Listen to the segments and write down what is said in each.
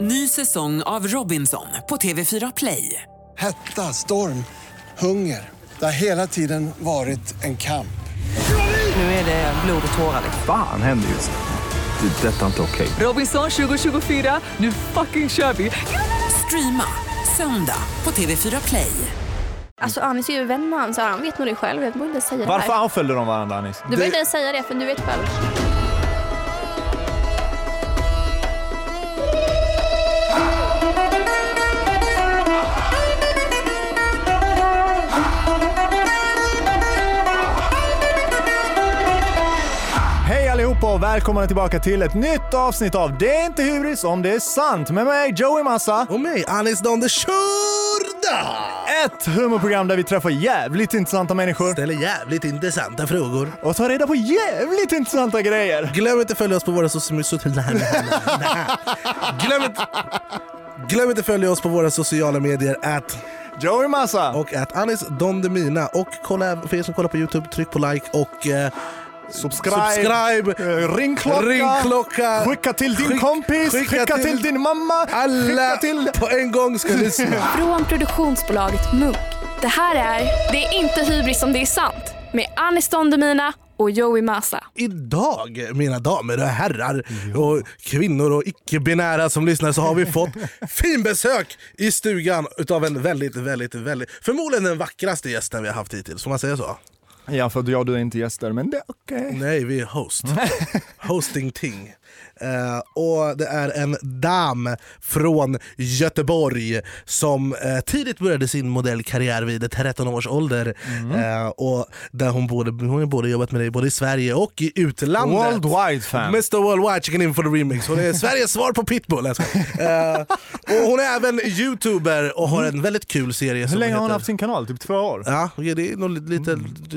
Ny säsong av Robinson på TV4 Play. Hetta, storm, hunger. Det har hela tiden varit en kamp. Nu är det blod och tårar. liksom. Fan händer just nu. Det. är Detta är inte okej. Robinson 2024, nu fucking kör vi! Streama söndag på TV4 Play. Alltså Anis är ju vän med han, så han vet nog det själv. Jag borde inte säga Varför det här. anföljde de varandra Anis? Du behöver inte ens säga det för du vet själv. Hej allihopa och välkomna tillbaka till ett nytt avsnitt av Det är inte hybris om det är sant med mig Joey Massa. Och mig, Anis Don the Shurda! Ett humorprogram där vi träffar jävligt intressanta människor Ställer jävligt intressanta frågor. och tar reda på jävligt intressanta grejer. Glöm inte att följa oss på våra sociala... Glöm inte... Glöm inte att följa oss på våra sociala medier att Joey Massa! och att Anis Don Demina. Och kolla, för er som kollar på Youtube, tryck på like och eh, subscribe! subscribe. Eh, Ringklocka! Ringklocka. Skicka till din Skick- kompis! Skicka, skicka till, till din mamma! alla Skicka till... på en gång ska lyssna. Från produktionsbolaget Munk. Det här är Det är inte hybris om det är sant med Anis Don Demina och Joey Massa. Idag, mina damer och herrar och kvinnor och icke-binära som lyssnar så har vi fått fin besök i stugan utav en väldigt, väldigt, väldigt, förmodligen den vackraste gästen vi har haft hittills. Får man säga så? Ja, för jag och du är inte gäster, men det är okej. Nej, vi är host. Hosting ting. Eh, och det är en dam från Göteborg som eh, tidigt började sin modellkarriär vid 13 års ålder. Mm. Eh, och där hon, både, hon har både jobbat med dig både i Sverige och i utlandet. Worldwide fan. Mr Worldwide, chicken in for the remix. Hon är Sveriges svar på pitbull. Jag skojar. Eh, och hon är även youtuber och har en väldigt kul serie Hur som länge har hon heter- haft sin kanal? Typ två år? Mm. Ja, ja, det är nog li- lite,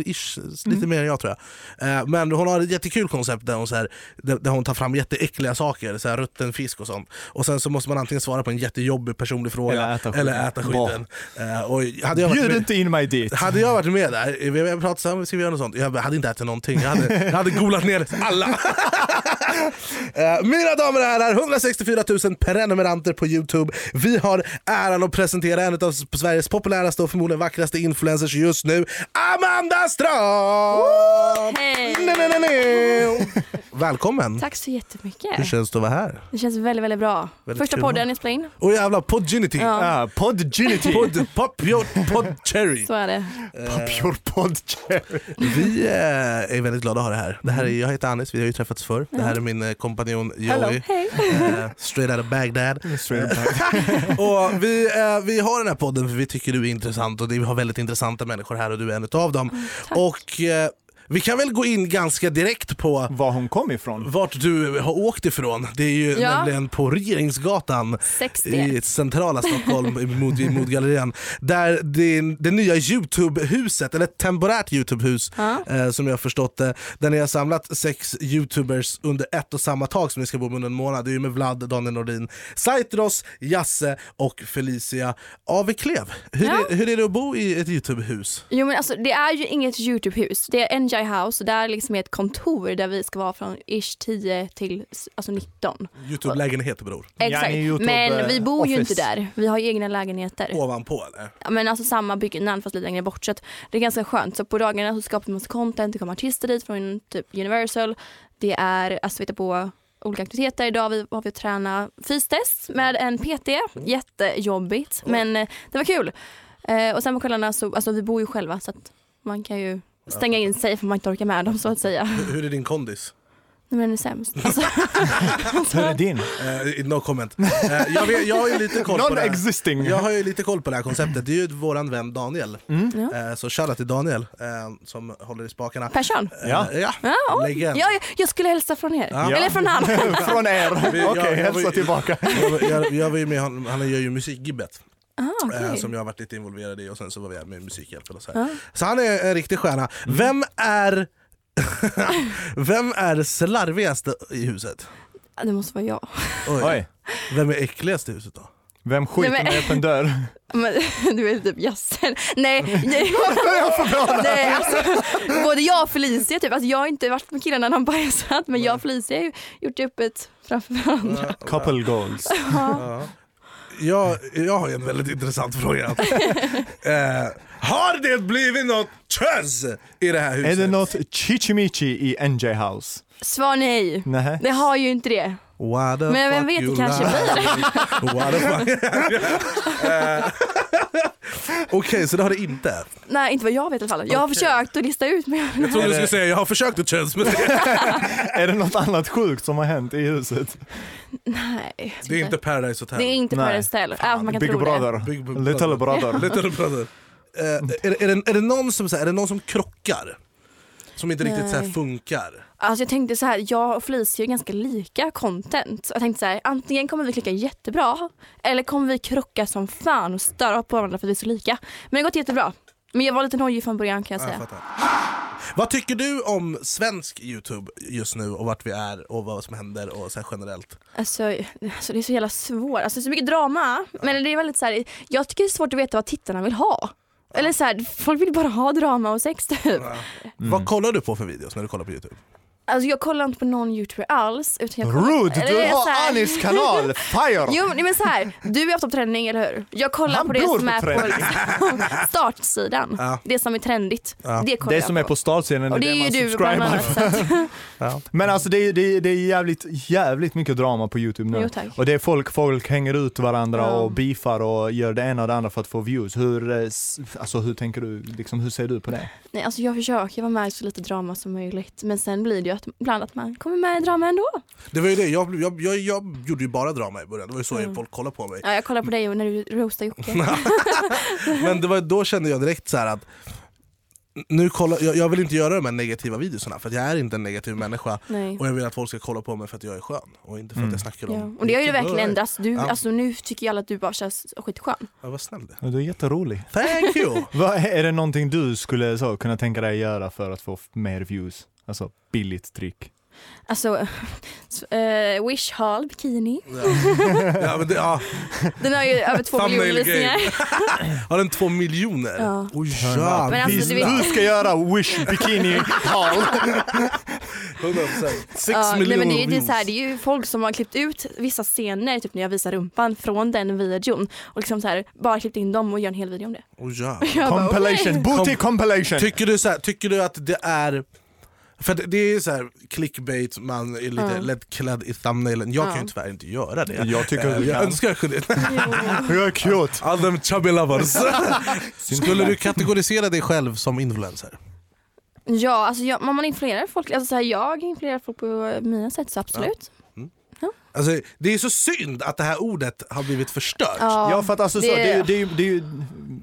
ish, lite mer än jag tror jag. Eh, Men hon har ett jättekul koncept där hon, så här, där, där hon tar fram jätteäckliga saker, så här rutten fisk och sånt. Och sen så måste man antingen svara på en jättejobbig personlig fråga Eller äta skiten. eller äta skiten. Eh, Och hade jag varit Bjud med, inte in mig dit! hade jag varit med där, vi har pratat om ska vi göra något sånt? Jag hade inte ätit någonting, jag hade, jag hade golat ner alla. Eh, Mina damer och herrar, 164 000 prenumeranter på Youtube. Vi har äran att presentera en av Sveriges populäraste och förmodligen vackraste influencers just nu, Amanda Strand! Hej! Nej, nej, nej, nej. Välkommen! Tack så Hur jättemycket. känns det att vara här? Det känns väldigt, väldigt bra. Väldigt Första kul. podden jag spelade in. Åh jävlar, Podginity! Ja. Ah, Podginity! Pod, pop, yo, pod, cherry. Så är det. Eh, Pure Podcherry. Vi eh, är väldigt glada att ha det här. Det här är, jag heter Anis, vi har ju träffats förr. Det här är min eh, kompanjon Joey. Hej. Eh, straight out of Bagdad. och vi, eh, vi har den här podden för vi tycker du är intressant och det- vi har väldigt intressanta människor här och du är en utav dem. och eh, vi kan väl gå in ganska direkt på Var hon kom ifrån? vart du har åkt ifrån. Det är ju Ja. nämligen på Regeringsgatan 60. i centrala Stockholm, i Mod- i Modgallerian. Där det, det nya Youtube-huset, eller ett temporärt Youtube-hus Ja. eh, som jag har förstått det, där ni har samlat sex Youtubers under ett och samma tak som ni ska bo med under en månad. Det är ju med Vlad, Daniel Nordin, Saitros, Jasse och Felicia Aveklev. Hur, Ja. är, hur är det att bo i ett Youtube-hus? Jo men alltså det är ju inget Youtube-hus. Det är Enjoy House och där liksom är ett kontor där vi ska vara från ish 10 till alltså 19. Youtube-lägenhet bror. Exakt. ni är YouTube, men eh, vi bor ju inte office. där. Vi har ju egna lägenheter. Ovanpå eller? Ja, Men alltså samma byggnad fast lite längre bort. Så att det är ganska skönt. Så på dagarna så skapar man massa content. Det kommer artister dit från typ Universal. Det är SVT på olika aktiviteter. Idag har vi, har vi tränat fystest med en PT. Mm. Jättejobbigt men eh, det var kul. Eh, och sen på kvällarna så, alltså vi bor ju själva så att man kan ju stänga in sig för man inte orkar med dem så att säga. Nej Hur, hur är din kondis? men den är sämst. Alltså, Hur är din? Eh, no comment. Eh, jag, vet, jag har ju lite koll på det. här. Non-existing. Jag har ju lite koll på det här konceptet, det är ju våran vän Daniel. Mm. Ja. Eh, Så shoutout till Daniel eh, som håller i spakarna. Persson. Eh, Ja. ja. Ja, oj. Legend. ja, jag- jag skulle hälsa från er. Ja. Eller från han. Från er. Okej, jag- jag var hälsa ju- tillbaka. Jag, var- jag, jag var ju med, han, han gör ju musikgibbet. Ah, okej. eh, Som jag har varit lite involverad i och sen så var vi med i Musikhjälpen och så här. Så han är en riktig stjärna. Vem är Vem är slarvigast i huset? Det måste vara jag. Oj. Oj. Vem är äckligast i huset då? Vem skiter Nej, men- med öppen dörr? Men, du är typ jassen. Nej, nej. jag får bra där. Nej, alltså, både jag och Felicia, typ. alltså, jag har inte varit med killarna någon bajsat men jag och Felicia har ju gjort det öppet framför varandra. Couple goals. Ja. Jag, jag har ju en väldigt intressant fråga. eh, har det blivit något kös i det här huset? Är det något chichimichi i NJ House? Svar nej. Nej. Det har ju inte det. What the Men vem fuck vet, det you kanske blir What the fuck? Eh, Okej, så det har det inte. Nej, inte vad jag vet i alla fall. Jag har försökt att lista ut men Jag trodde du skulle säga jag har försökt ett kös men det, Är det något annat sjukt som har hänt i huset? nej. det är inte Paradise Hotel. Det är inte Nej. Paradise Hotel, även om man kan Big tro det. brother. Big brother. Little brother. Little brother. Eh, är, det- är, det, är, det någon som, så här, är det någon som krockar? Som inte riktigt så här, Nej. funkar? Alltså jag tänkte så här, jag och Felicia är ganska lika content. Så Jag tänkte så här, antingen kommer vi klicka jättebra eller kommer vi krocka som fan och störa på varandra för att vi är så lika. Men det har gått jättebra. Men jag var lite nojig från början kan jag Ja, jag säga. fattar. Vad tycker du om svensk Youtube just nu och vart vi är och vad som händer och så här generellt? Alltså, alltså det är så jävla svårt. Alltså det är så mycket drama. Men det är väldigt så här, jag tycker det är svårt att veta vad tittarna vill ha. Eller så här, folk vill bara ha drama och sex typ. Vad kollar du på för videos när du kollar på Youtube? Alltså jag kollar inte på någon youtuber alls. Utan jag kollar- Rude, Eller du det är så har här- Anis kanal! Fire! Jo men- men så här, du är ofta på träning eller hur? Jag kollar Han på det bor som på är på träning. liksom, startsidan. Ja. Det som är trendigt. Det kollar Det jag som är på startsidan är Och det det är man ju du bland subscribar annat. Så att, Men alltså det är, det är, det är jävligt, jävligt mycket drama på Youtube nu. Jo, tack. och det är folk, folk hänger ut varandra Ja. och beefar och gör det ena och det andra för att få views. Hur, eh, s- alltså, hur tänker du, liksom, hur ser du på det? nej, alltså jag försöker vara med i så lite drama som möjligt. Men sen blir det ju att, ibland att man kommer med i drama ändå. Det var ju det, jag, blev- jag, jag, jag gjorde ju bara drama i början, det var ju så folk kollade på mig. Mm. Ja, jag kollar på dig och när du roastar Jocke. Men det var, då kände jag direkt så här att nu kolla, jag, jag vill inte göra de här negativa videorna för att jag är inte en negativ människa Nej. och jag vill att folk ska kolla på mig för att jag är skön och inte för att jag snackar om Mm. Ja. Och det har ju vilken verkligen bög. ändrats. Du, Ja. alltså, nu tycker ju alla att du bara känns skitskön. Ja, vad snäll du är. Ja, Du är jätterolig. Thank you! Vad, är det någonting du skulle så, kunna tänka dig göra för att få f- mer views? Alltså billigt trick. Alltså, eh, Wish Hall bikini. ja, men det, ja, Den har ju över två Thumbnail miljoner visningar. har den två miljoner? Ja. Oj, Men jävlar. alltså, Visst, du du vet- ska göra Wish Bikini Hall! 100%. Sex Ja, nej, miljoner men det, är ju, det, är views. så här, det är ju folk som har klippt ut vissa scener, typ när jag visar rumpan från den videon och liksom så här, bara klippt in dem och gör en hel video om det. Oj, jävlar. Jag bara, Compilation, booty compilation! Tycker du, så här, tycker du att det är... För det, det är ju så här clickbait, man är lite lättklädd i thumbnailen. Jag kan ju Ja. tyvärr inte göra det. Jag tycker Eh, du jag kan. önskar jag kunde. Jag är cute! All them chubby lovers. Skulle du kategorisera dig själv som influencer? "Oh." Ja, alltså jag, man man influerar folk, alltså så här, jag influerar folk på eh, mina sätt så absolut. Alltså, det är så synd att det här ordet har blivit förstört. Ja. Ja för att alltså så, det- det är ju, det är ju, det är ju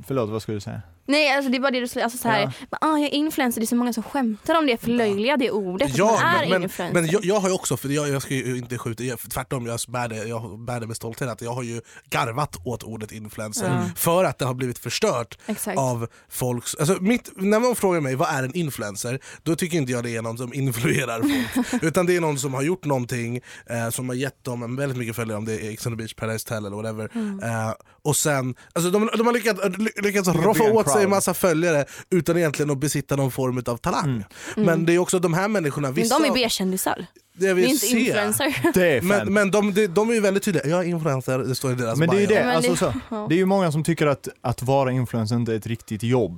förlåt vad skulle du säga? Nej alltså det är bara det du säger, alltså så här, "Men, ah, jag är influencer, det är så många som skämtar om det, förlöjligar det ordet, Ja, att man är men, men, influencer. men jag, jag har ju också, för jag, jag ska ju inte skjuta, jag, tvärtom jag bär, det, jag bär det med stolthet, att jag har ju garvat åt ordet influencer för att det har blivit förstört Exakt. av folks... Alltså mitt, när någon frågar mig vad är en influencer, då tycker inte jag det är någon som influerar folk. utan det är någon som har gjort någonting eh, som har gett dem en väldigt mycket följare, om det är Ex on the beach, Paradise Hotel eller whatever. Mm. Eh, och sen, alltså de, de har lyckats, ly- lyckats roffa en åt sig en crowd. massa följare utan egentligen att besitta någon form av talang. Mm. Men det är också de här människorna, Mm. Men vissa... de är B-kändisar, Det det vi är inte ser. influencer. Det är Men, fan. men de, de, de är ju väldigt tydliga, jag är influencer, det står i deras Men det är ju bio. det, Men alltså, det- så, ja. det är ju många som tycker att, att vara influencer inte är ett riktigt jobb.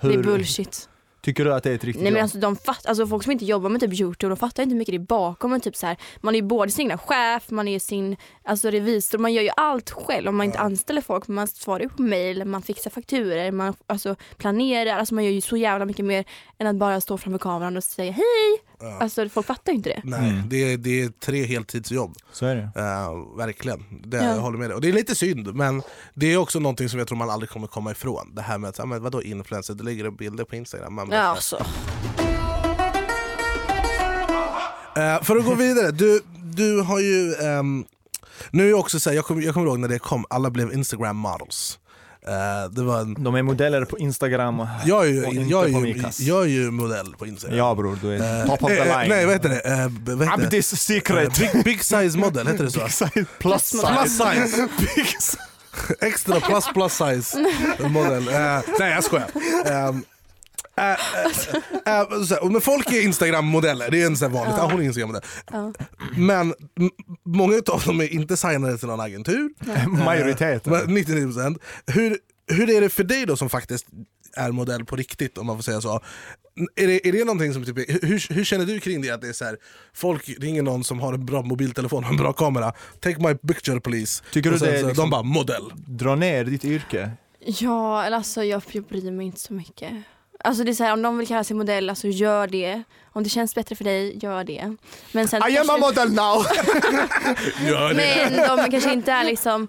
Det är Hur bullshit. tycker du att det är ett riktigt Nej men jobb? alltså, de fatt, alltså folk som inte jobbar med typ Youtube de fattar inte hur mycket det är bakom. Men typ så här, man är ju både sin egna chef, man är sin alltså, revisor, man gör ju allt själv om man inte anställer folk. Men man svarar ju på mejl, man fixar fakturer, man alltså, planerar, alltså, man gör ju så jävla mycket mer än att bara stå framför kameran och säga hej. Alltså folk fattar ju inte det. Nej, Mm. det, är, det är tre heltidsjobb. Så är det. Eh, verkligen, det, Ja. jag håller med dig. Och det är lite synd, men det är också någonting som jag tror man aldrig kommer komma ifrån. Det här med att, ah, men vadå influencer, det ligger upp bilder på Instagram. Man Ja, bara, alltså. Eh, för att gå vidare, du, du har ju... ehm, nu är jag också så här, jag kommer, jag kommer ihåg när det kom, alla blev Instagram models. Eh, det var en, De är modeller på Instagram jag, är ju, och inte jag, är på ju, Mikas. jag är ju modell på Instagram. Ja bror, du är Eh, top of the eh, eh, line. Nej, vad heter det? Eh, b- vad heter det? Abdis secret! Eh, Big, big size model, heter det så? size plus size. Plus size! Big size. Extra plus plus size modell. Eh, nej jag skojar. Um, Uh, eh, men folk är Instagram-modeller, det är en sån här vanligt. Ah, hon är Instagram-modell. Men m- många av dem är inte signade till någon agentur. Majoriteten. Eh, Men 99%. Hur, hur är det för dig då som faktiskt är modell på riktigt om man får säga så? Är det, är det någonting som typ, är- hur, hur känner du kring det? Att det är så här, folk ringer någon som har en bra mobiltelefon och en bra kamera. Take my picture please. Tycker du Och sen det är så, liksom- De bara modell. Dra ner ditt yrke. Ja, eller alltså jag, jag bryr mig inte så mycket. Alltså det är så här, om de vill kalla sig modell, alltså gör det. Om det känns bättre för dig, gör det. Men sen I am a kanske- model now! Gör det. Men de kanske inte är liksom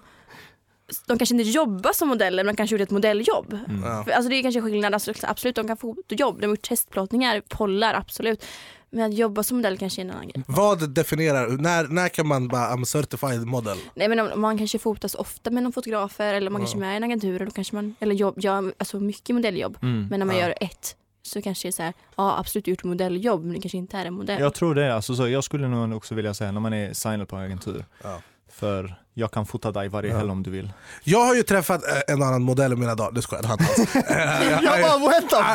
de kanske inte jobbar som modeller men de kanske gjorde ett modelljobb. För, Alltså det är kanske skillnad, alltså, absolut de kan få fotojobb, de har gjort testplåtningar, pollar absolut. Men att jobba som modell kanske är en annan grej. Vad definierar, när, när kan man bara I'm certified model? Nej men om, om man kanske fotas ofta med någon fotografer eller man kanske är med i en agentur då kanske man, eller jobb, gör alltså mycket modelljobb. Men när man gör ett så kanske det är så här, ja absolut gjort modelljobb men det kanske inte är en modell. Jag tror det, alltså, så jag skulle nog också vilja säga när man är signad på en agentur. Ja. För jag kan fota dig varje helg om du vill. Jag har ju träffat eh, en annan modell i mina dagar, det skojar jag, det har inte alls. Eh, jag- jag- vänta,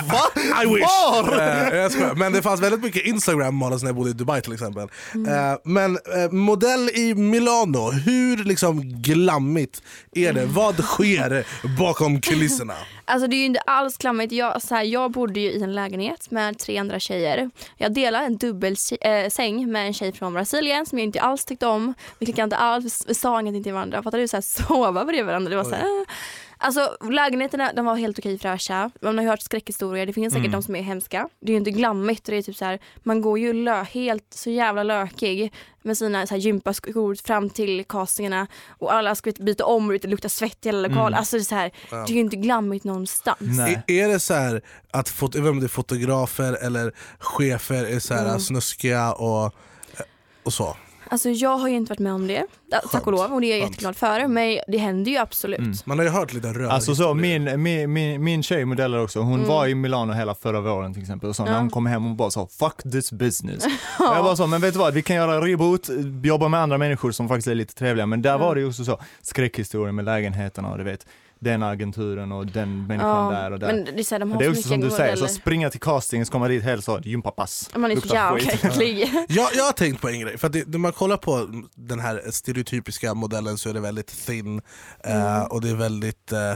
I wish! Eh, jag skojar. men det fanns väldigt mycket instagram models när jag bodde i Dubai till exempel. Mm. Eh, men eh, modell i Milano, hur liksom glammigt är det? Vad sker bakom kulisserna? Alltså det är ju inte alls klammigt. Jag, så här, jag bodde ju i en lägenhet med tre andra tjejer. Jag delade en dubbelsäng med en tjej från Brasilien som jag inte alls tyckte om. Vi klickade inte alls, vi sa ingenting till varandra. Fattar du? Så här, sova bredvid varandra. Det var så här, "Ah." Alltså lägenheterna de var helt okej fräscha. Man har ju hört skräckhistorier. Det finns säkert Mm. de som är hemska. Det är ju inte glammigt. Det är typ så här, man går ju lö- helt så jävla lökig med sina så här, gympaskor fram till castingarna och alla ska byta om och det luktar svett i hela lokalen. Alltså det är, så här, det är ju inte glammigt Eh, någonstans. Mm. Nej. Är, är det så här att fot- jag vet inte om det är fotografer eller chefer är så här Mm. snuskiga och, eh, och så? Alltså jag har ju inte varit med om det, tack och lov. Och det är jag Skönt. jätteglad för. Men det händer ju absolut. Mm. Man har ju hört lite röd Alltså så, min, min, min, min tjej modeller också, hon Mm. var i Milano hela förra våren till exempel och så när hon kom hem hon bara sa fuck this business. Och jag bara så, men vet du vad, vi kan göra reboot, jobba med andra människor som faktiskt är lite trevliga men där var det ju också så, skräckhistorier med lägenheterna och du vet, den agenturen och den människan där och där. Men det är så här, de har det är så också mycket som du säger, så modeller. springa till castingen så kommer man dit helt så, gympapass. Man är så luktar jävla skit. äcklig. Jag, jag har tänkt på en grej, för att det, när man kollar på den här stereotypiska modellen så är det väldigt thin Mm. eh, och det är väldigt eh,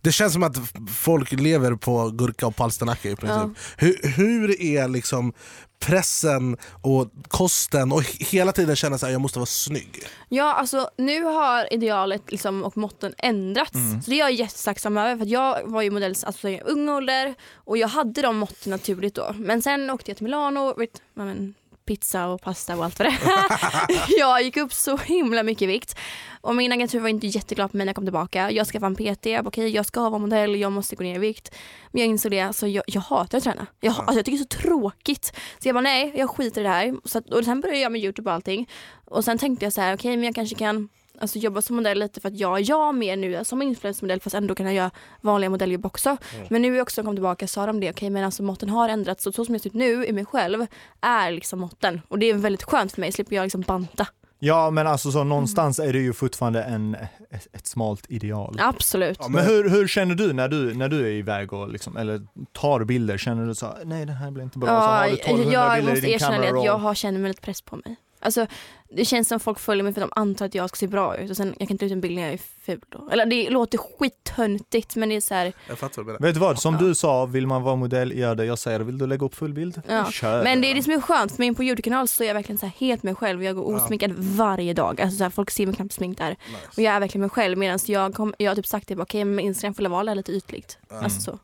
det känns som att folk lever på gurka och palsternacka i princip. Hur, hur är liksom pressen och kosten och he- hela tiden känna att jag måste vara snygg? Ja, alltså nu har idealet liksom, och måtten ändrats. Så det är jag jättetacksam över. För att jag var ju modell alltså, i ung ålder och jag hade de måtten naturligt då. Men sen åkte jag till Milano, vet, ja, men, pizza och pasta och allt vad det är. jag gick upp så himla mycket i vikt. Och min agentur var inte jätteglad på mig när jag kom tillbaka. Jag skaffade en PT, jag bara, okej jag ska vara modell, jag måste gå ner i vikt. Men jag insåg det, alltså, jag, jag hatar att träna. Jag, alltså, jag tycker det är så tråkigt. Så jag bara nej, jag skiter i det här. Så att, och sen började jag med Youtube och allting. Och sen tänkte jag så här, okej men jag kanske kan alltså, jobba som modell lite för att jag är jag mer nu som influencermodell fast ändå kan jag göra vanliga modelljobb också. Men nu också när jag kom tillbaka sa de det, okej men alltså måtten har ändrats så, så som jag ser ut nu i mig själv är liksom måtten. Och det är väldigt skönt för mig, slipper jag liksom banta. Ja men alltså så någonstans Mm. är det ju fortfarande en, ett, ett smalt ideal. Absolut. Men hur, hur känner du när du, när du är iväg och liksom, eller tar bilder? Känner du så här, nej det här blir inte bra? så har du 1200 alltså, jag bilder i måste din erkänna det camera att roll. jag har, känner mig lite press på mig. Alltså, det känns som folk följer mig för att de antar att jag ska se bra ut och sen jag kan inte ta ut en bild när jag är ful. Då. Eller det låter skittöntigt men det är så här, Jag fattar vad du menar. Vet du vad, som du sa, vill man vara modell, gör det. Jag säger, vill du lägga upp full bild? ja. Kör. Men det är det som är skönt för min på Youtube-kanal så är jag verkligen så här helt mig själv. Jag går osminkad varje dag. Alltså så här, folk ser mig knappt sminkt där. Och jag är verkligen mig själv medan jag, kom, jag har typ sagt det bara, okej men Instagram får vara lite ytligt. Alltså så.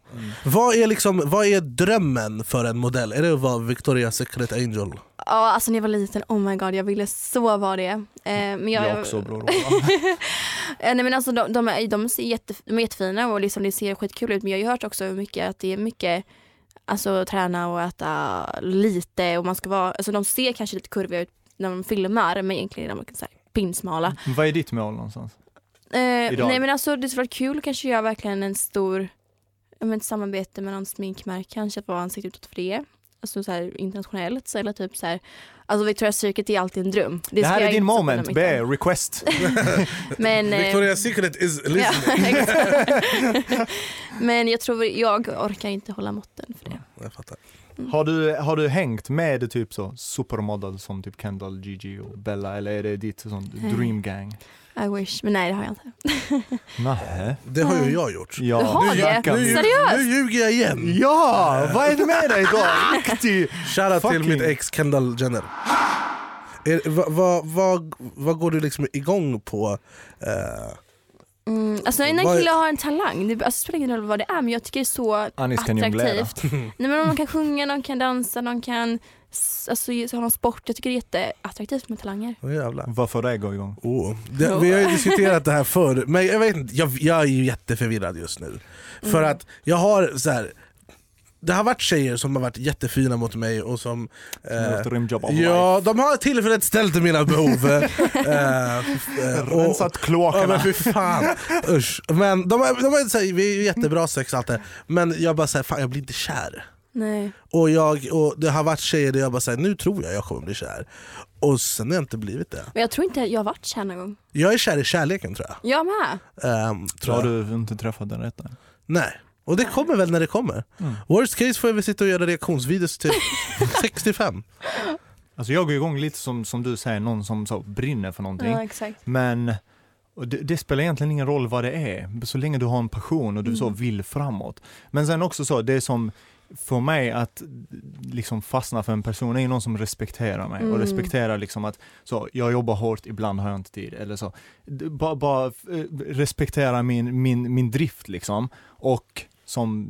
Vad är, liksom, vad är drömmen för en modell? Är det att vara Victoria's Secret Angel? Ja alltså när jag var liten, oh my god jag ville så vara det. Eh, men jag, jag också bror. Eh, Nej, men alltså, de, de, är, de, ser jätte, de är jättefina och liksom, det ser skitkul ut men jag har ju hört också hur mycket att det är mycket alltså, träna och äta lite och man ska vara, alltså, de ser kanske lite kurviga ut när de filmar men egentligen är de så här, pinsmala. Vad är ditt mål någonstans? Idag. nej men alltså det skulle varit kul att kanske göra verkligen en stor, ja, men ett samarbete med någon sminkmärke, kanske att vara ansikte utåt för det. Alltså så här internationellt så eller typ så här, alltså Victoria's Secret är alltid en dröm. Det ska här jag är din inte moment, sakna B, mycket. request. Men, eh, Victoria's Secret is listening. ja, exakt. men jag tror jag orkar inte hålla måtten för det. Jag fattar. Har du, har du hängt med typ så supermodel som typ Kendall, Gigi och Bella eller är det ditt sån Nej. dream gang? I wish, men nej det har jag inte. Nej. Det har ju jag gjort. Ja, Du har nu det? snackar vi. Seriöst? Nu ljuger jag igen. Ja, vad är det med dig idag? Aktiv! Shoutout till Fucking- mitt ex Kendall Jenner. Är- Vad vad vad- vad går du liksom igång på? Eh, Mm, alltså när en Vad- kille har en talang, det alltså, det spelar ingen roll vad det är men jag tycker det är så Anis kan jonglera. attraktivt. Nej, men om någon kan sjunga, någon kan dansa, någon kan s- alltså, ge- ha någon sport. Jag tycker det är jätteattraktivt med talanger. Åh jävlar. Vad får det gå igång? Oh. Det, vi har ju diskuterat det här förr, men jag, vet inte, jag, jag är ju jätteförvirrad just nu. För att jag har så här. Det har varit tjejer som har varit jättefina mot mig och som... Som har eh, haft rimjobb av ja, de har tillfredsställt mina behov. Eh, eh, och- Rensat Ja men kloakerna. fy fan, usch. Men de, är, de är, så här, vi är ju jättebra sex och allt det här. Men jag bara säger fan jag blir inte kär. Nej. Och, jag, och det har varit tjejer där jag bara säger nu tror jag jag kommer bli kär. Och sen har jag inte blivit det. Men jag tror inte jag har varit kär någon gång. Jag är kär i kärleken tror jag. Jag med. Ehm, tror Har jag. du inte träffat den rätta? Nej. Och det kommer väl när det kommer. Worst case får jag väl sitta och göra reaktionsvideos till 65. Alltså jag går igång lite som, som du säger, någon som så brinner för någonting. Ja, exakt. Men och det, det spelar egentligen ingen roll vad det är, så länge du har en passion och du så vill framåt. Men sen också så, det som får mig att liksom fastna för en person är ju någon som respekterar mig och Mm. respekterar liksom att så, jag jobbar hårt, ibland har jag inte tid eller så. D- Bara, bara eh, respektera min, min, min drift liksom och som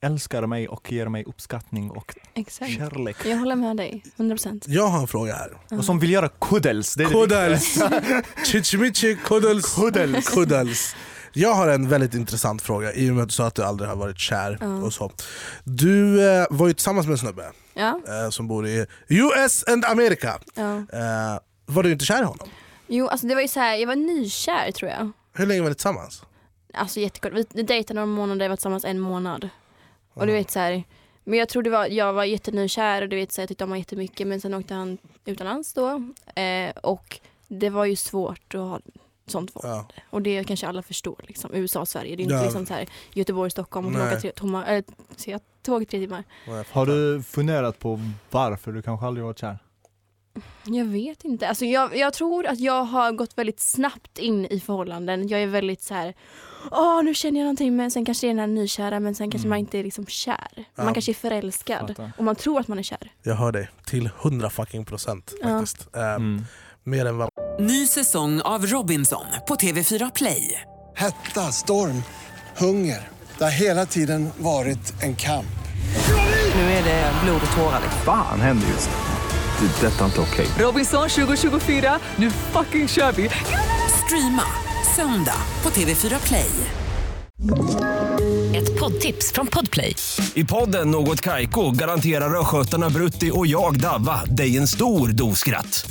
älskar mig och ger mig uppskattning och exakt. kärlek. Jag håller med dig, 100 procent. Jag har en fråga här. Och som vill göra kuddels. Det är det Kuddels! Chichimichi kuddels. Kuddels. kuddels. Jag har en väldigt intressant fråga i och med att du sa att du aldrig har varit kär. och så. Du eh, var ju tillsammans med en snubbe Ja, eh, som bor i US and America. ja. Eh, var du inte kär i honom? Jo, alltså det var ju så här, jag var nykär tror jag. Hur länge var ni tillsammans? Alltså jättekort. Vi vi dejtade några månader, vi var tillsammans en månad. Och du vet så här, men jag tror det var, jag var jättenykär och du vet så här, jag tyckte om honom jättemycket men sen åkte han utomlands då. Eh, och det var ju svårt att ha sånt folk. Ja. Och det kanske alla förstår liksom. USA och Sverige, det är inte Ja. liksom så här Göteborg, Stockholm och Nej. åka tre, tomma, äh, se, jag tåg i tre timmar. Har du funderat på varför du kanske aldrig varit kär? Jag vet inte. Alltså jag, jag tror att jag har gått väldigt snabbt in i förhållanden. Jag är väldigt så här, åh nu känner jag någonting men sen kanske det är den här nykära men sen kanske man inte är liksom kär. Man Ja. kanske är förälskad Mm. Fattar. och man tror att man är kär. Jag hör dig. Till 100 fucking procent Ja. faktiskt. Eh, Mm. Mer än vad Ny säsong av Robinson på TV4 Play. Hetta, storm, hunger. Det har hela tiden varit en kamp. Nu är det blod och tårar. Fan händer just det. Det är detta inte okej. Robinson 2024, nu fucking kör vi! Streama söndag på TV4 Play. Ett poddtips från Podplay. I podden Något Kaiko garanterar östgötarna Brutti och jag, Davva, dig en stor dos skratt.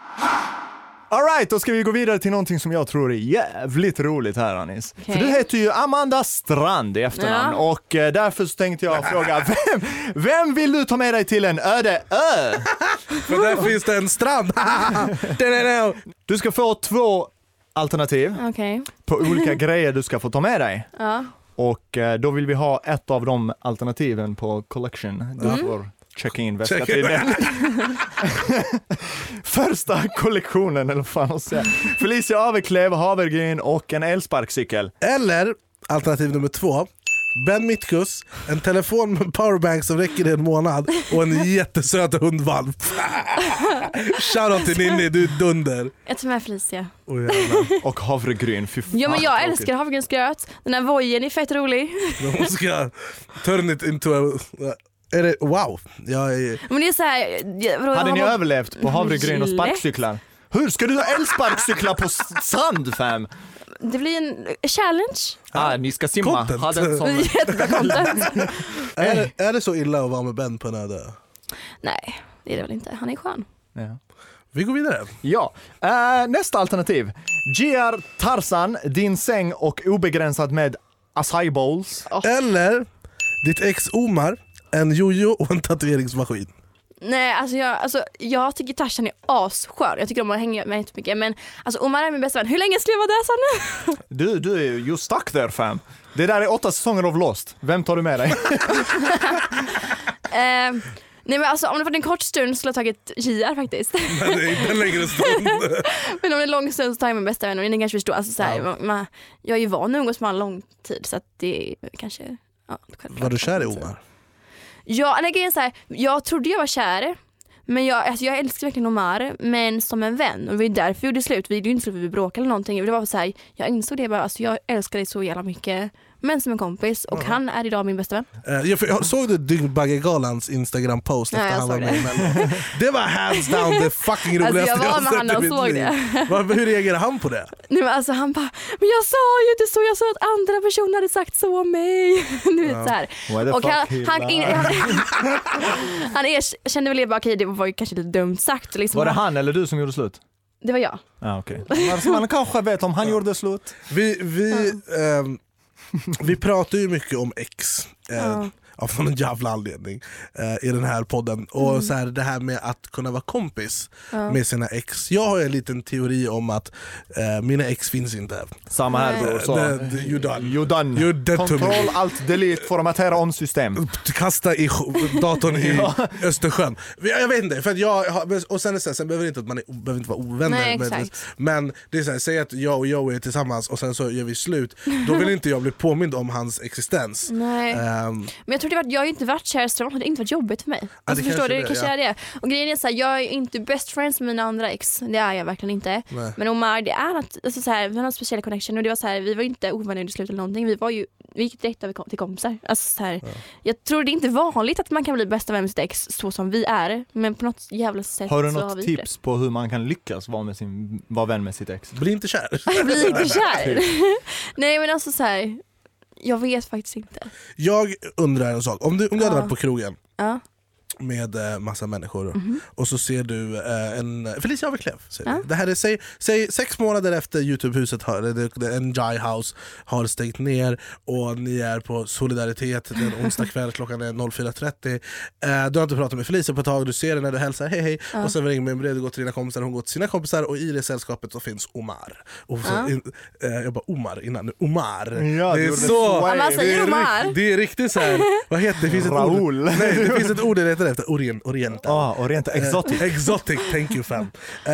Alright, då ska vi gå vidare till någonting som jag tror är jävligt roligt här Anis. Okej. För du heter ju Amanda Strand i efternamn Ja. och eh, därför så tänkte jag fråga, vem, vem vill du ta med dig till en öde ö? För där finns det en strand! Du ska få två alternativ Okej. på olika grejer du ska få ta med dig. Ja. Och eh, då vill vi ha ett av de alternativen på collection. Du får checka in väska Check till in. den. Första kollektionen, eller vad fan hon säger. Felicia Aveklev, havregryn och en elsparkcykel. Eller alternativ nummer två. Ben Mitkus, en telefon med powerbank som räcker i en månad och en jättesöt hundvalp. Shoutout till Ninni, du är dunder. Jag tar med Felicia. Oh, jävlar. Och havregryn, fy fan Ja men jag vad tråkigt. älskar havregrynsgröt. Den här vojen är fett rolig. Hon ska turn it into a Är det, wow. Jag är, Men det är så här, jag, vadå, jag Hade har ni bara- överlevt på havregryn och Lätt. sparkcyklar? Hur ska du ha elsparkcyklar på s- sand fam? Det blir en challenge. Ah, ni ska simma. Content. Ha den som... Jättebra content. är, det, är det så illa att vara med Ben på en öde ö? Nej, det är det väl inte. Han är skön. Ja. Vi går vidare. Ja, eh, nästa alternativ. GR Tarzan, din säng och obegränsat med acai bowls. Eller ditt ex Omar, en jojo och en tatueringsmaskin. Nej, alltså jag, alltså jag tycker Tarzan är asskör. Jag tycker om att hänga med jättemycket. Men alltså Omar är min bästa vän. Hur länge skulle jag vara där sen? Du, du är ju stuck there fam. Det där är åtta säsonger av Lost. Vem tar du med dig? eh, nej men alltså om det varit en kort stund skulle jag tagit JR faktiskt. Men det är inte en längre stund. men om det är en lång stund så tar jag min bästa vän. Och ni kanske förstår. Alltså, så här, man, jag är ju van att umgås med honom lång tid så att det är kanske... Ja, självklart. Var du kär i Omar? Ja, nej, grejen är så här, jag trodde jag var kär. Men jag, alltså jag älskar verkligen Omar, men som en vän. Och det var ju därför vi gjorde slut. Vi gjorde ju inte slut för att vi bråkade eller någonting. Det var så här, jag insåg det bara, alltså jag älskar dig så jävla mycket. Men som en kompis och han är idag min bästa vän. Eh, jag- för jag såg du Dyngbaggegalans instagram-post Ja, efter jag han var såg med i Mello? Det var hands down det fucking Alltså, roligaste jag var med sett han i och mitt såg liv. det. Vad- Hur reagerar han på det? Nu, alltså han bara, men jag sa ju inte så, jag sa att andra personer hade sagt så om mig. Du vet så här. Why the Och fuck han, he han, lied? in, han, han erkände väl det bara, okej det var ju kanske lite dumt sagt. Liksom. Var det han eller du som gjorde slut? Det var jag. Ja, Ah, okej. Okay. Man kanske vet om han gjorde slut. Vi, vi, ehm, vi pratar ju mycket om ex. Eh, Av någon jävla anledning eh, i den här podden. Och Mm. så här, det här med att kunna vara kompis med sina ex. Jag har ju en liten teori om att eh, mina ex finns inte. Eh, Samma här bror. Så. Det- det- you done. You done. You dead to me. Mm. Control, alt, delete, formatera om system. kasta i sj- datorn i Östersjön. Jag jag vet inte, för att jag har, och sen, är det så här, sen behöver det inte att man är, behöver inte vara ovänner. Nej, men- exakt. men det är så här, säg att jag och Joey är tillsammans och sen så gör vi slut. Då vill inte jag bli påmind om hans existens. Nej. Eh, Ehm, Men jag tror det var, jag har ju inte varit kär så långt, det har inte varit jobbigt för mig. alltså, det förstår kanske du, det det, kanske ja. är det. Och grejen är så här, jag är inte best friends med mina andra ex, det är jag verkligen inte. Nej. Men Omar, det är något, alltså, så här, vi har en speciell connection och det var så här, vi var inte ovänner under slutet eller någonting, vi var ju, vi gick direkt över kom- till kompisar. Alltså, så här, Jag tror det är inte vanligt att man kan bli bästa vän med sitt ex så som vi är, men på något jävla sätt Har du så har vi något gjort tips på hur man kan lyckas vara, med sin, vara vän med sitt ex? bli inte kär. det. Bli inte kär. Nej men alltså så här, jag vet faktiskt inte. Jag undrar en sak, om du, om du hade Ja. varit på krogen Ja. Mhm. med eh, massa människor och så ser du eh, en Felicia Överklev. säger vi. Det här är, säg, säg sex månader efter Youtube-huset, har, eller det- det- en Jai House har stängt ner och ni är på Solidaritet, det är en onsdag kväll, klockan är 04.30. Eh, du har inte pratat med Felicia på ett tag, du ser henne, du hälsar hej hej och sen ringer med en brev, du går till dina kompisar, hon går till sina kompisar och i det sällskapet så finns Omar. Och så, in, eh, jag bara Omar innan, Omar. Ja, du det är gjorde så... swag. Ja, man säger det är Omar. rikt- Det är riktigt så här. vad heter det? finns ett ord. Raoul. Nej, det finns ett ord det heter efter, orient, orienta. Ah, och rent exotic. Eh, exotic, thank you fam. Eh,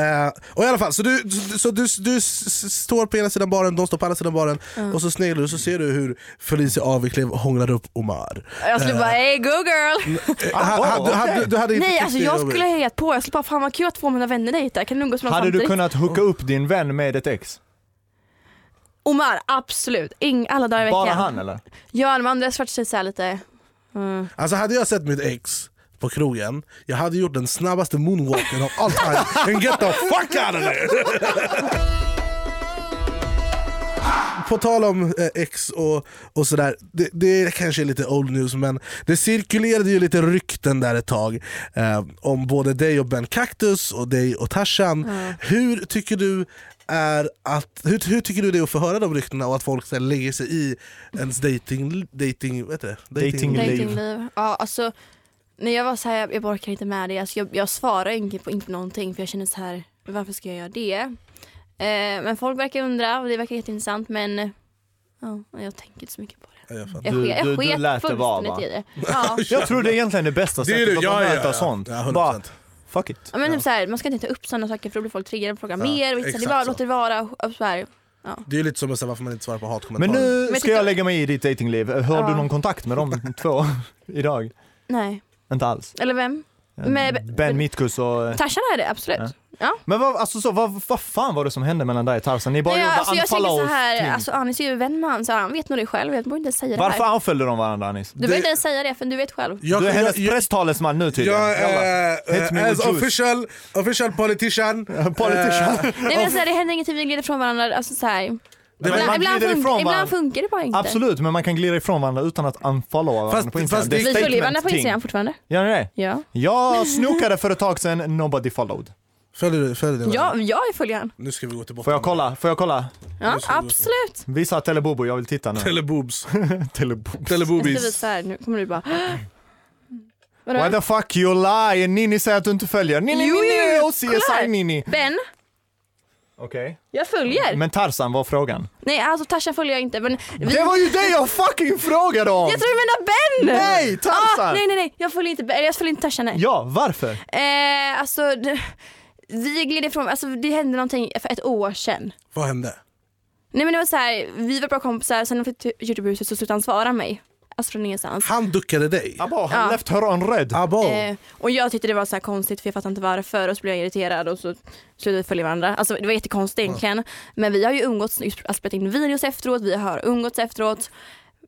och i alla fall, så du, så, så du, du s- s- står på ena sidan baren, de står på andra sidan baren och så sneglar du och så ser du hur Felicia Aveklev hånglar upp Omar. Jag skulle bara, hey go girl! Ha- ha- du- Ah, oh, okej. hade- du hade inte Nej tyckt alltså det jag jobbigt. skulle ha hejat på, jag skulle bara fan vad kul att två av mina vänner dejtar, kan du umgås med dem Hade du samtidigt? kunnat hooka upp din vän med ett ex? Omar, absolut, Ing, alla dagar i veckan. Bara han eller? Ja de andra svart sig såhär lite, Alltså hade jag sett mitt ex på krogen, jag hade gjort den snabbaste moonwalken av all time and get the fuck out of there! På tal om eh, ex och, och sådär, det, det kanske är lite old news men det cirkulerade ju lite rykten där ett tag eh, om både dig och Ben Cactus och dig och Tarzan. Hur tycker du är att, hur, hur tycker du det är att få höra de ryktena och att folk så här, lägger sig i ens dating, dating, vad heter det? Dating Liv. datingliv. Ja alltså, när jag var såhär, jag, jag bara orkar inte med det, alltså, jag, jag svarar inte på, inte på någonting för jag känner så här, varför ska jag göra det? Eh, men folk verkar undra och det verkar jätteintressant men ja, jag tänker inte så mycket på det. Ja, jag fattar. Jag Du- ske- jag du- du sket lät det vara, fullständigt va? i det. Ja. Jag tror det är egentligen det bästa Det är sättet det, ja, att ja, bemöta ja. sånt. Ja, 100%. Bara, fuck it. Ja, men typ så här, man ska inte ta upp sådana saker för då blir folk triggade och frågar mer. Och inte så här, det exakt är bara så. låter det vara. Och så här, Det är ju lite som att säga varför man inte svarar på Men hatkommentarer. nu Men ska jag titta- lägga mig i ditt datingliv. Har du Ja. någon kontakt med de två idag? nej. Inte alls. Eller vem? Men- ben Mitkus och... eh, Tarzan är det, absolut. Ja. Men vad, alltså så, vad, vad fan var det som hände mellan dig och Tarzan? Ni bara Nej, gjorde alltså, jag tänker unfollow så här, thing. alltså, Anis är ju vän med han, så han vet nog det själv. Jag borde inte ens säga Varför det här. anföljde de varandra Anis? Du behöver inte ens säga det, för du vet själv. Jag, Du är hennes jag- jag- presstalesman nu tydligen. Jag Jalla. är Hit me eh, as with juice. official, official politician. eh, Politician. Nej, men så här, det händer ingenting, vi glider från varandra. Alltså, så här. men ibland, man ibland, glider funkar, ifrån ibland varandra. funkar det bara inte. Absolut, men man kan glida ifrån varandra utan att unfollowa varandra Fast- på Instagram. fast Det är det- Vi följer varandra på statement-ting. Instagram fortfarande. Gör ni det? Ja. Jag snokade för ett tag sedan, nobody followed. Följer du följer du Ja, jag är följaren. Nu ska vi gå till botten. Får jag kolla? Får jag kolla? Ja, så, du är så. absolut. Visa Telebobo, jag vill titta nu. Teleboobs. Telebobo. Jag ska Teleboobies. visa här, nu kommer du bara... Vadå? Why the fuck you lie? Nini säger att du inte följer. Nini, Jo, jo, Nini jo. och Kolla här. CSI Nini. Ben, Okej. jag följer. Men Tarzan var frågan. Nej, alltså Tarzan följer jag inte. Men vi... Det var ju det jag fucking frågade om! Jag tror du menar Ben! Nej, Tarzan! Ah, nej, nej, nej. Jag följer inte, Ben- jag följer inte Tarzan, nej. Ja, varför? Eh, alltså, d- vi gled ifrån, alltså det hände någonting för ett år sedan. Vad hände? Nej men det var så här, vi var bra kompisar, sen när vi flyttade till Göteborgshuset så slutade han svara mig. Alltså från ingenstans. Han duckade dig. Abba, han Ja. left her on red. Abo. Eh, och jag tyckte det var så här konstigt för jag fattade inte varför och så blev jag irriterad och så slutade vi följa varandra. Alltså det var jättekonstigt egentligen. Men vi har ju umgåtts, alltså, spelat in videos efteråt, vi har umgåtts efteråt.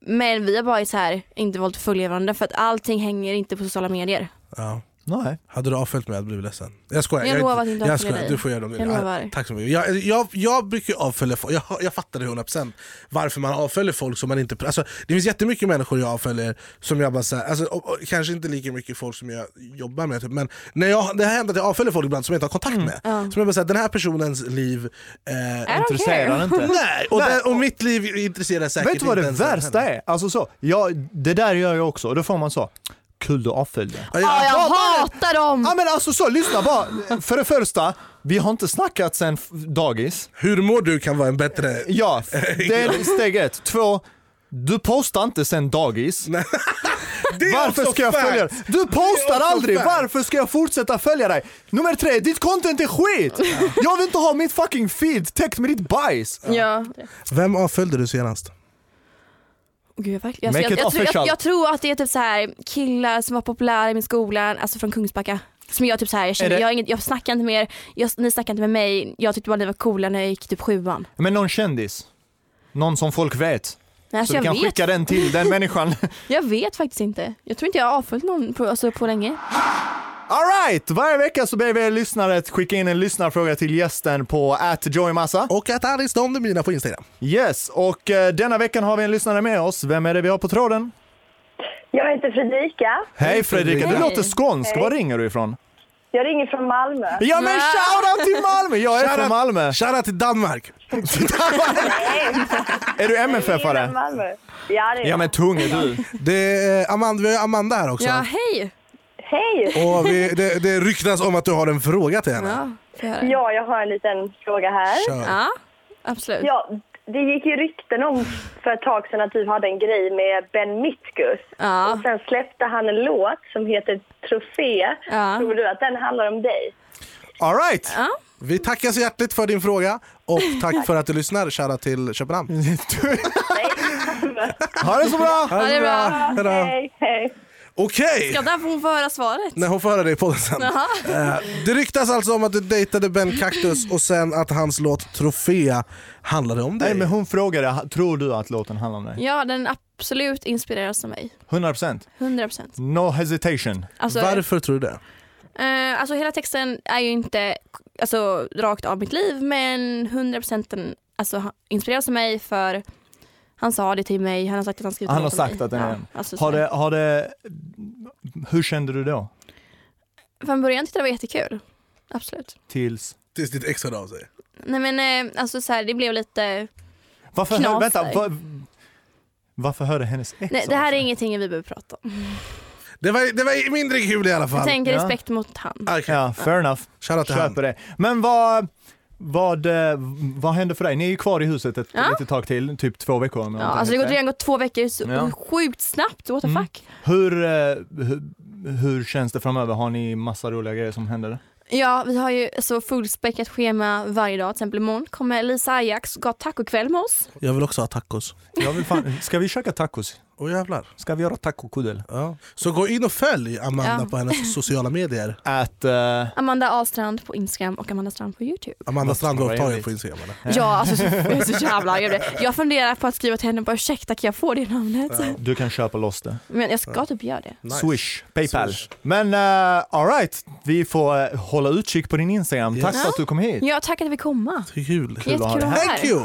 Men vi har bara så här, inte valt att följa varandra för att allting hänger inte på sociala medier. Ja. Nej. Hade du avföljt mig hade jag blivit ledsen. Jag skojar. Jag lovar att inte jag avfölja skojar. dig. Du får göra det om du Jag vill. lovar. Ja, Tack så mycket. Jag, jag, jag brukar ju avfölja folk. Jag, jag fattar det 100% varför man avföljer folk som man inte... Alltså, det finns jättemycket människor jag avföljer som jag bara säger, alltså, och, och, kanske inte lika mycket folk som jag jobbar med. Typ. Men när jag, det har hänt att jag avföljer folk ibland som jag inte har kontakt Mm, med. Som jag bara säger, den här personens liv... Eh, I don't Intresserar care. inte. nej! Och, Nej. Den, och mitt liv intresserar säkert Äh? Vet du vad det inte ens den värsta henne. är? Alltså så, ja, det där gör jag också och då får man så, kul du avföljde. Ja, Ja, jag Ja, mannen! hatar dem! Ja men alltså så, lyssna bara. För det första, vi har inte snackat sen f- dagis. Hur mår du kan vara en bättre... Ja, f- det är steg ett. Två, du postar inte sen dagis. Det är Varför också ska jag fact. följa dig? Du postar också aldrig, fact. varför ska jag fortsätta följa dig? Nummer tre, ditt content är skit! Jag vill inte ha mitt fucking feed täckt med ditt bajs. Ja. Vem avföljde du senast? Gud, jag, verkligen- alltså, Make jag, it jag, tror- official. jag, jag tror att det är typ så här killar som var populära i min skola, alltså från Kungsbacka. Som jag typ så här, jag, Är kände, det- jag, har inget, jag snackar inte med er, jag, ni snackar inte med mig, jag tyckte bara ni var coola när jag gick typ sjuan. Men någon kändis? Någon som folk vet? Nej, alltså, Så vi kan jag, vet, skicka den till den människan. jag vet faktiskt inte. Jag tror inte jag har avföljt någon på, alltså, på länge. Alright! Varje vecka så ber vi er lyssnare att skicka in en lyssnarfråga till gästen på @joymassa. Och att Aris Don Demina på Instagram. Yes, och eh, denna veckan har vi en lyssnare med oss. Vem är det vi har på tråden? Jag heter Fredrika. Hej Fredrika, du Hej. låter skånsk. Var ringer du ifrån? Jag ringer från Malmö. Ja men Nej. shoutout till Malmö! Jag är från Malmö. Shoutout till Danmark. Är du Jag är från MFF-are? Malmö. Ja, det är Ja men tung är du. Det är eh, Amanda, vi har ju Amanda här också. Ja, hej! Hej! Och vi, det, det ryktas om att du har en fråga till henne. Ja, får jag höra? Ja, jag har en liten fråga här. Kör. ja absolut. Ja. Ja, det gick ju rykten om för ett tag sedan att du hade en grej med Ben Mitkus. Ja. Och sen släppte han en låt som heter Trofé. Ja. Tror du att den handlar om dig? Alright! Vi tackar så hjärtligt för din fråga och tack för att du lyssnar. Shoutout till Köpenhamn. Ha det så bra! det är bra. Hejdå. Hej, hej. Okej! Ja, där får hon få höra svaret. När hon får höra dig på podden sen. Eh, Det ryktas alltså om att du dejtade Ben Cactus och sen att hans låt Trofea handlade om dig. Nej men hon frågade, ha- tror du att låten handlar om dig? Ja, den absolut inspireras av mig. 100%. 100%. No hesitation. Alltså, Varför tror du det? Eh, alltså hela texten är ju inte alltså, rakt av mitt liv men 100% den alltså, han inspireras av mig för han sa det till mig, han har sagt att han skrivit Han har låt om sagt mig. att den är en. alltså, Har så. det, har det... Hur kände du då? Från början tyckte jag det var jättekul. Absolut. Tills... Tills ditt ex hörde av sig. Nej men eh, alltså så här, det blev lite, Varför, Knas hör, vänta, dig. va, varför hörde hennes ex nej, av det här är sig? ingenting vi behöver prata om. Det var, det var mindre kul i alla fall. Tänk ja. respekt mot han. Okej. Ja, fair enough. Shoutout till han. Köper det. Men vad, vad, eh, vad hände för dig? Ni är ju kvar i huset ett Ja. litet tag till, typ två veckor. om jag Ja, inte alltså det har helt redan gått två veckor så Ja. sjukt snabbt, what the Mm. fuck. fel. hur, eh, hur, hur känns det framöver? Har ni massa roliga grejer som händer? Ja, vi har ju så fullspäckat schema varje dag. Till exempel imorgon kommer Lisa Ajax och ska ha tacokväll med oss. Jag vill också ha tacos. Jag vill fan, ska vi köka tacos? Åh jävlar. Ska vi göra tacokudel? Ja. Så gå in och följ Amanda Ja. på hennes sociala medier. Att... eh, Amanda A. Strand på Instagram och Amanda Strand på Youtube. Amanda Vad Strandberg trevligt. tar jag på Instagram. Eller? Ja, alltså så- jag är så jävla arg över det. Jag funderar på att skriva till henne och bara ursäkta kan jag få det namnet? du kan köpa loss det. Men jag ska typ göra det. Swish, Paypal. Swish. Men uh, alright, vi får eh, hålla utkik på din Instagram. Tack för att du kom hit. Ja, tack att vi komma. Kul. Jättekul att vara Thank här. you!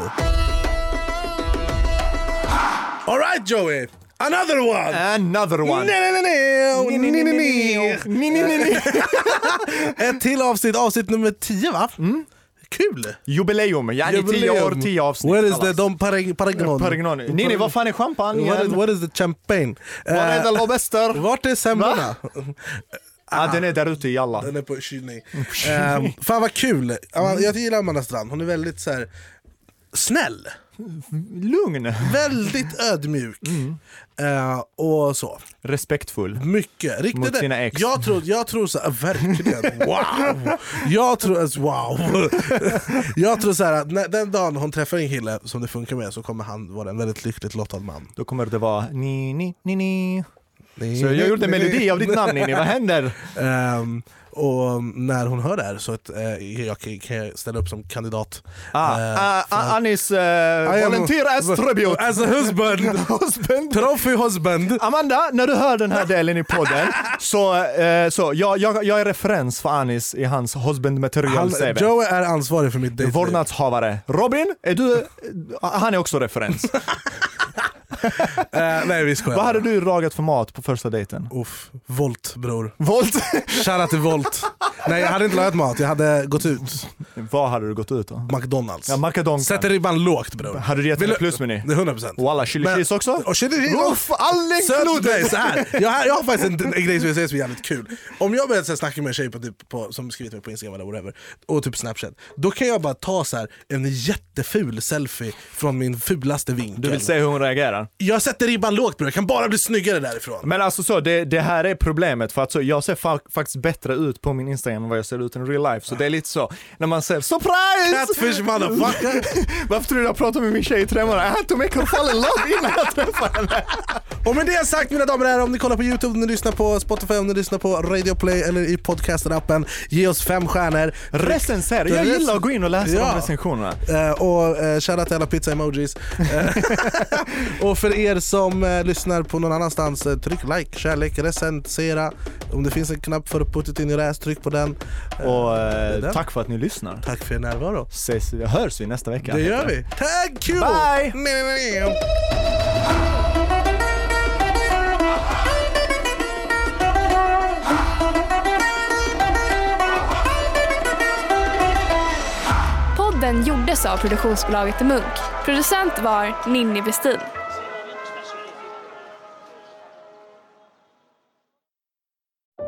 Alright Joey, another one! Another Nej, one. nej, nej, nej, nej, nej, nej. Ni, ni, ni, ni. Ett till avsnitt, avsnitt nummer 10 va? Kul! Jubileum, Mm. ja, ni tio år, tio avsnitt. Where is the Dom Parag- Paragon? Paragnon. Mm. Ni, ni, vad fan är champagne? What is, what is the champagne? Var är Mm. Eh, Ah. den lobster? vart är semlorna? Ja, den är där ute i alla. Den är på kylning. Eh, fan vad kul! Ama- Mm. Jag gillar Amanda Strand, hon är väldigt så här, snäll. Lugn. Väldigt ödmjuk. Mm. Eh, och så. Respektfull. Mycket. Riktigt Mot sina ex. Jag tror, jag tror så här, verkligen. Wow! Jag tror, alltså, wow. Jag tror så här att när, den dagen hon träffar en kille som det funkar med så kommer han vara en väldigt lyckligt lottad man. Då kommer det vara ni, ni, ni, ni. Så jag gjorde en melodi av ditt namn, Ninni. Vad händer? Ehm, och när hon hör det här så att, eh, jag kan, kan jag ställa upp som kandidat. Ah, Eh, ah, ah, Anis eh, I am- volunteer as tribute. As a husband! Husband. Trophy husband! Amanda, när du hör den här delen i podden, så, eh, så jag, jag, jag är referens för Anis i hans husband material Han, CV. Joey är ansvarig för mitt dejtliv. Vårdnadshavare. Robin, är du... Han är också referens. Eh, nej vi skojar. Vad hade du ragat för mat på första dejten? Uff, volt bror. Volt? Shoutout till Volt. Nej jag hade inte lagat mat, jag hade gått ut. Vad hade du gått ut då? McDonalds. Ja, macadonkan. Sätter ribban lågt bror. Hade du gett Vill henne plusmeny? Det är 100%. Walla, chili Men- cheese också? Och chili cheese. Uff, all Söt included! grej, så här. Jag, har, jag har faktiskt en, en grej som jag säger som är jävligt kul. Om jag börjar så här snacka med en tjej på, typ, på, som skrivit mig på Instagram eller whatever, och typ Snapchat, då kan jag bara ta så här, en jätteful selfie från min fulaste vinkel. Du vill se hur hon reagerar? Jag sätter ribban lågt bror, jag kan bara bli snyggare därifrån. Men alltså så, det, det här är problemet för att så, jag ser fa- faktiskt bättre ut på min Instagram än vad jag ser ut i real life. Så det är lite så, när man ser surprise! Catfish motherfucker! Varför tror du jag pratar med min tjej i tre månader? I had to make her fall in love innan jag träffade henne. Och med det sagt mina damer och herrar, om ni kollar på Youtube, om ni lyssnar på Spotify, om ni lyssnar på Radio Play eller i podcasten-appen, ge oss fem stjärnor. Recensera, jag gillar att gå in och läsa de recensionerna. Eh, och eh, shoutout till alla pizza-emojis. Eh, och för er som eh, lyssnar på någon annanstans, eh, tryck like, kärlek, recensera. Om det finns en knapp för att putta in i räs, tryck på den. Eh, Och är eh, den. tack för att ni lyssnar. Tack för er närvaro. Ses, hörs vi nästa vecka. Det gör vi. Thank you! Bye! Nej, nej, nej. Podden gjordes av produktionsbolaget The Munk. Producent var Ninni Westin.